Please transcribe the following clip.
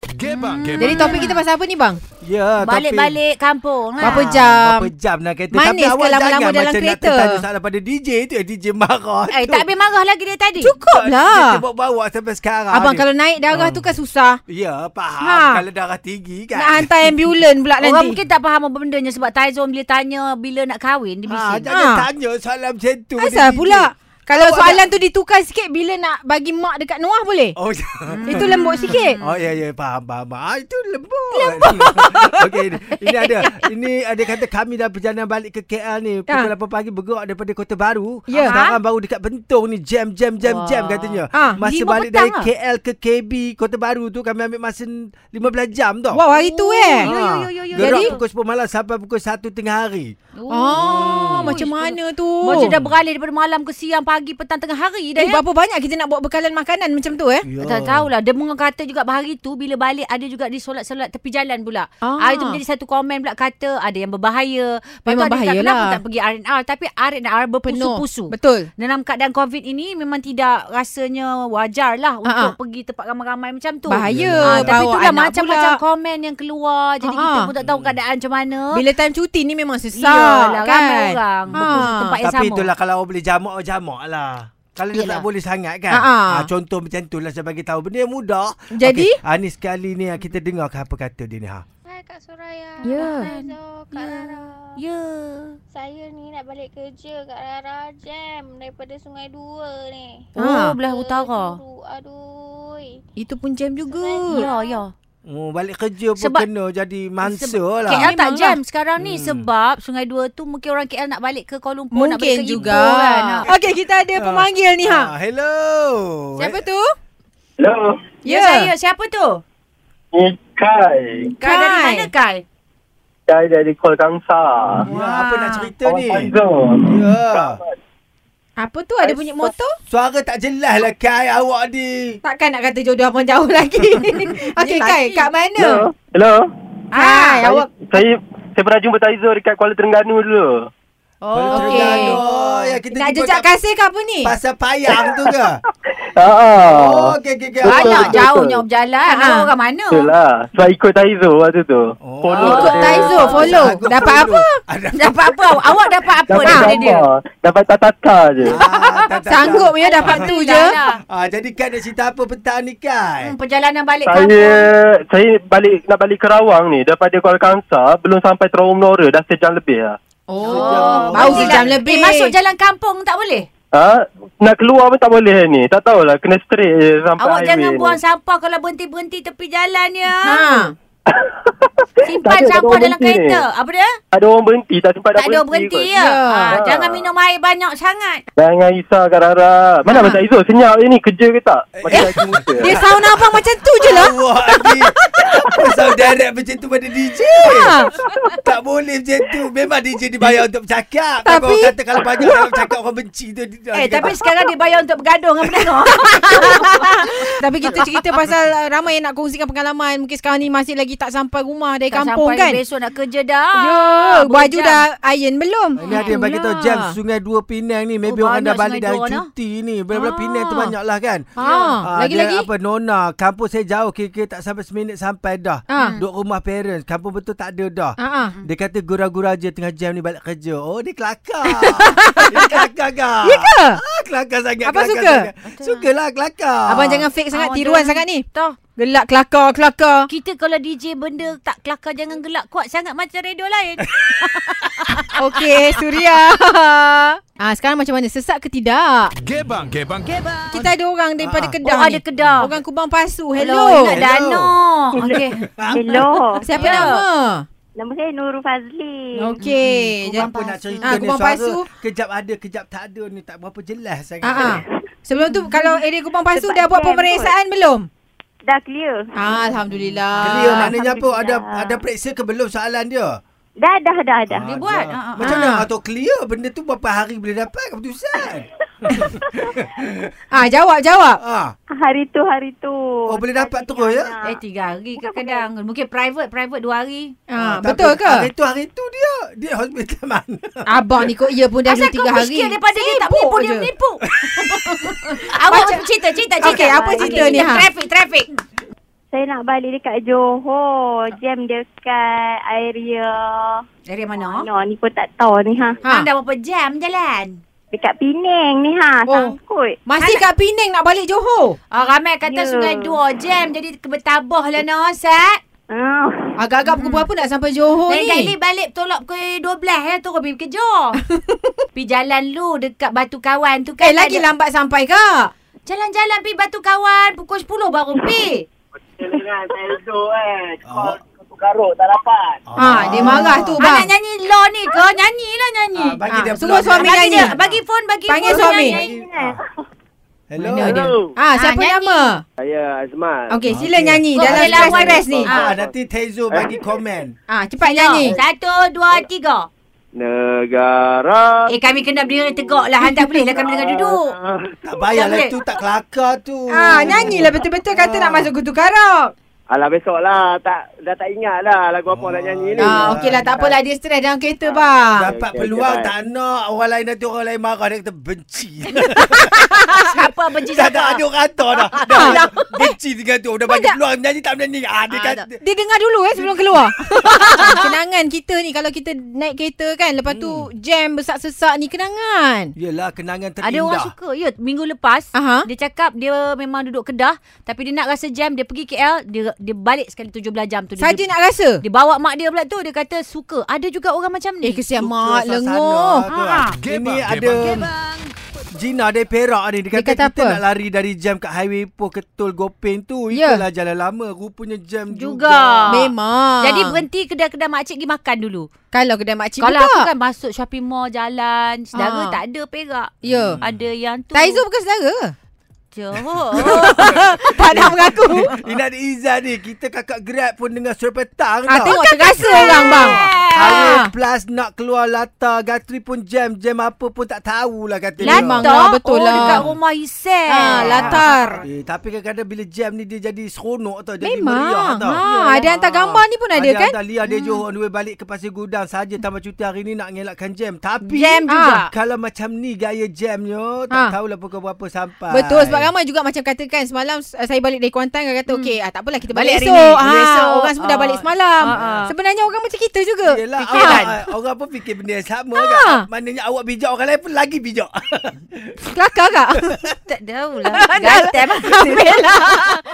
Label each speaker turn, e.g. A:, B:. A: Okey bang. Okey bang.
B: Hmm. Jadi topik kita pasal apa ni bang?
C: Ya,
D: Balik-balik kampung.
B: Berapa
D: Ha.
B: jam?
C: Berapa jam nak kereta
B: lah. Manis
C: Tapi awak
B: ke lama-lama
C: jangan
B: dalam
C: macam
B: kereta?
C: nak tertanya salah pada DJ tu eh, DJ marah
D: Eh,
C: tu.
D: tak habis marah lagi dia tadi.
B: Cukup
C: Dia
B: lah.
C: bawa-bawa sampai sekarang
B: Abang
C: ni.
B: kalau naik
D: Hmm.
B: darah tu kan susah.
C: Ya faham
B: Ha.
C: Kalau darah tinggi kan
B: Nak hantar ambulan pula
D: Ya.
B: lah
D: Orang
B: nanti.
D: mungkin tak faham apa bendanya sebab Taizom bila tanya bila nak kahwin, dia
C: ha,
D: bising.
C: Jangan
B: Ha.
C: tanya soalan macam tu pada
B: Asal
C: DJ.
B: pula? Kalau
C: Awak
B: soalan tu ditukar sikit bila nak bagi mak dekat Noah boleh? Hmm.
C: Oh, ya.
B: Itu lembut
D: Mm.
B: sikit.
C: Oh ya ya faham faham. faham. Ah itu lembut. Lembut. Okey ini, ini ada ini ada kata kami dah perjalanan balik ke KL
D: Ya.
C: ni pukul 8 pagi bergerak daripada Kota Baru.
B: Ya.
C: Sekarang baru dekat Bentong ni jam jam jam
D: Ha? Wah.
C: jam katanya.
B: Ah,
C: masa
D: lima
C: balik dari
D: petang ah.
C: KL ke KB Kota Baru tu kami ambil masa 15 jam tau. Ha.
B: Wow, hari tu eh.
D: Yo, yo, yo, yo, yo.
C: Gerak
B: Jadi?
C: pukul 10 malam sampai pukul 1 tengah hari.
B: Oh, macam mana tu?
D: Macam dah beralih daripada malam ke siang, pagi, petang, tengah hari dah
B: Eh,
D: ya. Hmm.
B: berapa banyak kita nak buat bekalan makanan macam tu eh?
C: Ya.
D: Tak lah tahulah. Dia mengata juga hari tu bila balik ada juga di solat-solat tepi jalan pula.
B: Ah.
D: Ah. itu menjadi satu komen pula kata ada yang berbahaya. Lepas tu
B: Memang
D: ada yang
B: bahaya
D: tak, Kenapa
B: lah.
D: tak pergi R&R tapi R&R berpusu-pusu.
B: Betul.
D: Dalam keadaan COVID ini memang tidak rasanya wajar lah untuk
B: Ha-ha.
D: pergi tempat ramai-ramai macam tu.
B: Ah, Bahaya.
D: Ah, tapi
B: bawa
D: itulah
B: anak
D: macam-macam
B: pula.
D: komen yang keluar. Jadi
B: Ha-ha.
D: kita pun tak tahu keadaan macam mana.
B: Bila time cuti ni memang susah
D: Iyalah,
B: kan.
D: ramai orang berkumpul tempat yang
C: Tapi
D: sama.
C: itulah kalau awak boleh jamak, awak jamak lah. Kalau dia
D: Yelah.
C: tak boleh sangat kan.
B: Ha-ha.
C: Ha, contoh macam tu lah saya bagi tahu. Benda yang mudah.
B: Jadi?
C: Okay. Ha, ni sekali ni kita dengar apa kata dia ni. Ha.
E: Hai Kak Suraya.
D: Ya.
E: Kak Azo, Kak
D: Ya.
E: Rara.
D: Ya.
E: Saya ni nak balik kerja Kak Rara. Jam daripada Sungai Dua ni.
D: Oh,
B: Ha.
D: belah
E: Ke
D: utara.
E: Juru. Aduh.
B: Itu pun jam juga.
D: Ya, ya.
C: Oh, balik kerja pun
D: Sebab-
C: kena jadi mansa
D: Sebab-
C: lah.
D: KL tak
B: Memang
D: jam sekarang ni
C: Hmm.
D: sebab Sungai Dua tu mungkin orang KL nak balik ke Kuala Lumpur nak balik
B: Mungkin
D: ke
B: juga.
D: Ipoh kan. Ah.
B: Okey, kita ada pemanggil ni
F: Ah.
C: Ha,
B: ha.
C: hello.
B: Siapa tu?
F: Hello,
D: Ya yeah. saya siapa tu?
F: ni Eh, Kai.
D: Kai, dari
B: Kai.
D: mana Kai?
C: Eh.
F: Kai dari Kuala Kangsar.
C: Ya, apa
B: Ah.
C: nak cerita
F: Kawan
C: ni?
F: Tanzo.
C: Ya.
B: Apa tu ada bunyi motor?
C: Suara tak jelas lah Kai awak ni.
B: Takkan nak kata jodoh abang jauh lagi. Okey, Kai, kat mana? Ha,
F: Hello. Hello.
B: Hai,
F: Saya,
B: Ya. awak.
F: saya saya pernah jumpa Taizo dekat Kuala Terengganu dulu.
C: Kuala
B: okey.
C: Terengganu. Oh, yang kita
B: Nak
C: jumpa
B: jejak
C: kat
B: kasih ke apa ni?
C: Pasar payang tu ke?
F: Ha.
C: Oh, okey okey okey.
B: Ah,
F: Betul,
D: Anak
F: betul.
D: jauhnya berjalan.
B: Ha.
D: Ha. Orang mana?
F: Betul lah. Sebab ikut Taizo waktu tu.
C: Oh.
B: Ikut
F: dia.
B: Taizo, follow.
C: Aku
B: Dapat
C: follow.
B: apa?
C: Ada
D: Dapat apa? awak? Awak dapat apa
F: Dapat
D: daripada dia?
F: gambar. Dapat tata-tata je.
C: Ah, tak, tak, tak.
B: Sanggup ya dapat tu je.
D: Lah.
C: Ah, jadi Kai nak cerita apa petang ni
D: Hmm,
C: Kai?
D: perjalanan balik
F: Saya saya balik nak balik Kerawang ni daripada Kuala Kangsar belum sampai Terowong Nora dah sejam lebih lah.
B: Oh,
C: Sejam.
B: baru
D: Mesti
B: sejam
D: lah.
B: lebih.
D: Eh, masuk jalan kampung tak boleh?
F: Ha? Nak keluar pun tak boleh ni. Tak tahulah kena straight je sampai
D: Awak jangan
F: highway ni.
D: buang sampah kalau berhenti-berhenti tepi jalan ya.
B: Ha.
D: Simpan
F: Tak ada, tak ada
D: sampah
F: orang
D: dalam
F: berhenti
D: kereta.
F: ni.
D: Apa dia?
F: Tak ada orang berhenti Tak sempat
D: Tak ada berhenti
F: kot.
D: ya. Ha,
B: Ah.
F: Ya.
D: jangan minum Ah. air banyak sangat.
F: Jangan risau Kak Rara Mana
B: Ha.
F: ha. Abang Izzul Senyap je ni Kerja ke tak Pakai
C: Eh.
F: kaki muka
D: Ah.
B: Dia sound abang macam tu je lah.
C: Awak ni Pasal direct macam tu pada DJ Tak boleh macam tu Memang DJ dibayar untuk bercakap Tapi
B: Tapi-
C: Orang kata kalau banyak orang cakap Orang benci tu dia-
D: Eh
C: dia
D: tapi
C: kata,
D: sekarang dia bayar untuk bergaduh dengan pendengar.
B: Tapi kita cerita pasal uh, ramai yang nak kongsikan pengalaman. Mungkin sekarang ni masih lagi tak sampai rumah dari
D: Tak
B: kampung
D: sampai
B: kan.
D: Besok nak kerja dah. Ah,
B: Ya,
D: Berjam.
B: baju dah iron belum?
C: ini ada yang bagi tahu
B: Itulah.
C: jam Sungai Dua Pinang ni Maybe
D: Oh,
C: orang dah balik
D: banyak Sungai
C: dari
D: Dua dah.
C: cuti ni Bila-bila
B: Ah.
C: Pinang tu banyak lah kan
B: Ha,
C: Ah, dia
B: lagi-lagi.
C: apa Nona Kampung saya jauh Kira-kira tak sampai seminit sampai dah
B: Ah.
C: Duk rumah parents Kampung betul tak ada dah
B: Ha ah.
C: Dia kata gura-gura je tengah jam ni balik kerja. Oh, dia kelakar. dia kelakar kah?
B: Ya ke?
C: Ah, kelakar sangat.
B: Abang
C: kelakar
B: suka?
C: Sangat. Sukalah kelakar.
B: Abang jangan fake sangat
D: Awak
B: tiruan
D: Ah,
B: sangat
D: jangan-
B: ni.
D: Toh.
B: Gelak kelakar kelakar.
D: Kita kalau DJ benda tak kelakar jangan gelak kuat sangat macam radio lain.
B: Okey, Surya. Ah, sekarang macam mana? Sesat ke tidak?
A: Gebang, gebang.
D: Gebang.
B: Kita ada orang daripada
C: Ah.
B: Kedah.
D: Oh, ada
B: ni.
D: Kedah.
B: Orang Kubang Pasu.
D: Hello.
B: Hello.
D: Hello. Dano. Okey.
G: Hello.
B: Siapa
D: Ya.
B: nama?
G: Nama saya Nurul Fazli.
B: Okey.
C: Jangan
B: jangan-
C: pun nak cerita
B: Ah,
C: ni
B: kubang
C: suara
B: pasu.
C: kejap ada kejap tak ada ni tak berapa jelas sangat.
B: Ah, ah. Sebelum tu kalau area Kubang Pasu
G: Sebab
B: dah buat
G: jam
B: pemeriksaan belum?
G: Dah clear.
B: Ah, alhamdulillah.
C: Clear maknanya apa ada
G: Alhamdulillah.
C: ada periksa ke belum soalan dia?
G: Dah dah dah dah.
D: Dia buat.
C: dah.
D: Ah, ah,
C: Macam
B: ah.
C: mana atau clear benda tu berapa hari boleh dapat keputusan?
B: Ah, jawab jawab.
C: ah.
G: Hari tu hari tu.
C: Oh, boleh dapat
G: Tadi
C: terus, ya?
G: anak.
D: Eh tiga hari kadang-kadang. Mungkin private private dua hari.
B: Ah,
C: tapi
B: betul
C: Hari
B: ke?
C: tu hari tu dia dia hospital mana?
B: Abang ni kot ya pun dah
D: Asal
B: dua
D: kau
B: tiga hari.
D: miskin daripada dia tak menipu, dia
B: je.
D: menipu. Awak cerita, cerita, cerita.
B: Okey, apa cerita
D: Okey,
B: ni, Ha?
D: Traffic, traffic.
G: Saya nak balik dekat Johor. Jam dekat area...
D: Area mana?
G: No, ni pun tak tahu ni ha.
D: Ha.
B: Ha.
D: Anda berapa jam jalan?
G: Dekat Penang ni ha.
B: Oh.
G: Oh. Sangkut.
B: Masih kat Penang nak balik Johor.
D: Ah, ramai kata yeah.
G: Ya.
D: sungai dua jam jadi bertabah lah no, Sat.
G: Oh.
B: Agak-agak pukul berapa nak sampai Johor
D: Lain kali
B: Oh, ni? Eh,
D: balik tolak pukul 12 ya turun pergi kerja. Pi jalan lu dekat Batu Kawan tu kan.
B: Eh, lagi
D: ada-
B: lambat sampai Ah, kak.
D: Jalan-jalan pi Batu Kawan pukul 10 baru pi.
A: Dengan saya duduk kan.
C: Call
A: Kutu garuk tak dapat.
C: oh.
B: Ha, Ah. dia marah tu
D: Abang Ah, nak
B: bang.
D: nyanyi law ni ke? Nyanyilah nyanyi.
C: Ah, bagi dia
B: Ha, suruh
C: peluang.
B: suami
D: bagi
B: nyanyi.
D: dia, bagi phone, bagi
B: Panggil
D: phone.
B: suami.
D: nyanyi.
C: Hello.
B: Mana dia?
A: Hello.
B: Ha, siapa
D: Ha, nyanyi. lah,
B: nama?
A: Saya Azman.
B: Okey,
C: Ah,
B: sila
C: okey.
B: nyanyi
D: Kau
B: dalam
D: boleh lawan.
B: stres-stres ni.
D: Ah.
C: Ah, nanti Tezo bagi komen.
B: Ah, cepat nyanyi.
D: Satu, dua, tiga.
A: Negara.
D: Eh, kami kena berdiri tegak lah. Han tak boleh lah kami dengan duduk.
C: Tak payahlah
D: Boleh.
C: tu tak kelakar tu.
B: Ah, nyanyilah betul-betul kata nak masuk kutu karok.
A: Alah besok lah. Tak, dah tak ingat lah lagu apa nak nyanyi ni.
B: Ah,
D: lah,
B: okeylah tak apalah dia stres dalam kereta
C: Dapat
B: bang.
A: Okey, okey,
C: peluang
A: baik.
C: tak nak orang lain nanti orang lain marah dia kata benci.
B: Ah.
D: Siapa benci
C: dah dah
D: siapa?
C: ada orang hantar dah. Dah benci tinggal tu dah bagi peluang nyanyi tak menyanyi. Ah dia
D: Ah,
C: kata
D: tak.
B: Dia dengar dulu eh sebelum keluar. kenangan kita ni kalau kita naik kereta kan lepas tu
D: Hmm.
B: jam bersak-sesak ni kenangan.
C: Yelah kenangan
D: Ada
C: terindah.
D: orang suka. Ya, minggu lepas
B: Aha.
D: dia cakap dia memang duduk Kedah tapi dia nak rasa jam dia pergi KL, dia dia balik sekali 17 jam tu. Dia,
B: Saja
D: dia,
B: nak rasa.
D: dia bawa mak dia pula tu dia kata suka. Ada juga orang macam
B: Eh
D: ni.
B: kesian
C: Suka
B: mak
C: suasana
B: lengoh.
C: tu,
D: Ha.
C: ah. Ini ada Gina dari Perak ni Dia
B: Dia
C: kata,
B: kata
C: kita
B: apa?
C: nak lari dari jam kat highway Poh Ketul Gopeng tu
B: Ya.
C: Itulah jalan lama Rupanya jam juga,
D: Juga.
B: Memang.
D: Ah. Jadi berhenti kedai-kedai makcik pergi makan dulu.
B: kalau kedai mak cik
D: Kalau
B: buka.
D: aku kan masuk shopping mall jalan,
B: Ah.
D: saudara tak ada perak.
B: Ya.
D: Ada yang tu.
B: Taizo bukan saudara.
D: Johor.
B: tak nak mengaku.
C: Ini ada Izzah ni Kita kakak grab pun dengar sore petang
B: ah,
C: tau
B: tengok terasa orang bang.
C: Highway
B: Ah.
C: Plus nak keluar Lata Gatri pun jam Jam apa pun tak tahulah kata dia.
B: Memang
D: Lata.
B: lah, betul
D: oh,
B: lah.
D: dekat rumah Isel.
B: Ah, latar.
C: Eh, tapi kadang-kadang bila jam ni dia jadi seronok tau. Jadi
B: Memang.
C: meriah tau. Ah.
B: Ha, ada hantar gambar ni pun ada,
C: ada
B: kan?
C: Ada Lia dia Johor on the way balik ke Pasir Gudang saja tambah cuti hari ni nak ngelakkan jam. Tapi Ah.
D: Jam juga.
C: Kalau macam ni gaya jamnya tak
B: Ha.
C: tahulah pukul berapa
D: Ah.
C: sampai.
B: Betul sebab ramai juga macam katakan semalam uh, saya balik dari Kuantan kan kata okey ah, tak apalah kita balik,
D: Hmm. Balik hari
B: esok.
D: ni,
B: Ah,
D: balik esok.
B: orang semua dah
D: Ah.
B: balik semalam.
D: Ah, ah.
B: Sebenarnya orang macam kita juga. Ah,
C: Yelah,
B: Fikiran.
C: awak, orang pun fikir benda yang sama
B: Ha.
C: kan. Maknanya awak bijak, orang lain pun lagi bijak.
B: Kelakar kak.
D: lah. Tak tahulah. Gatem.
B: Ambil lah.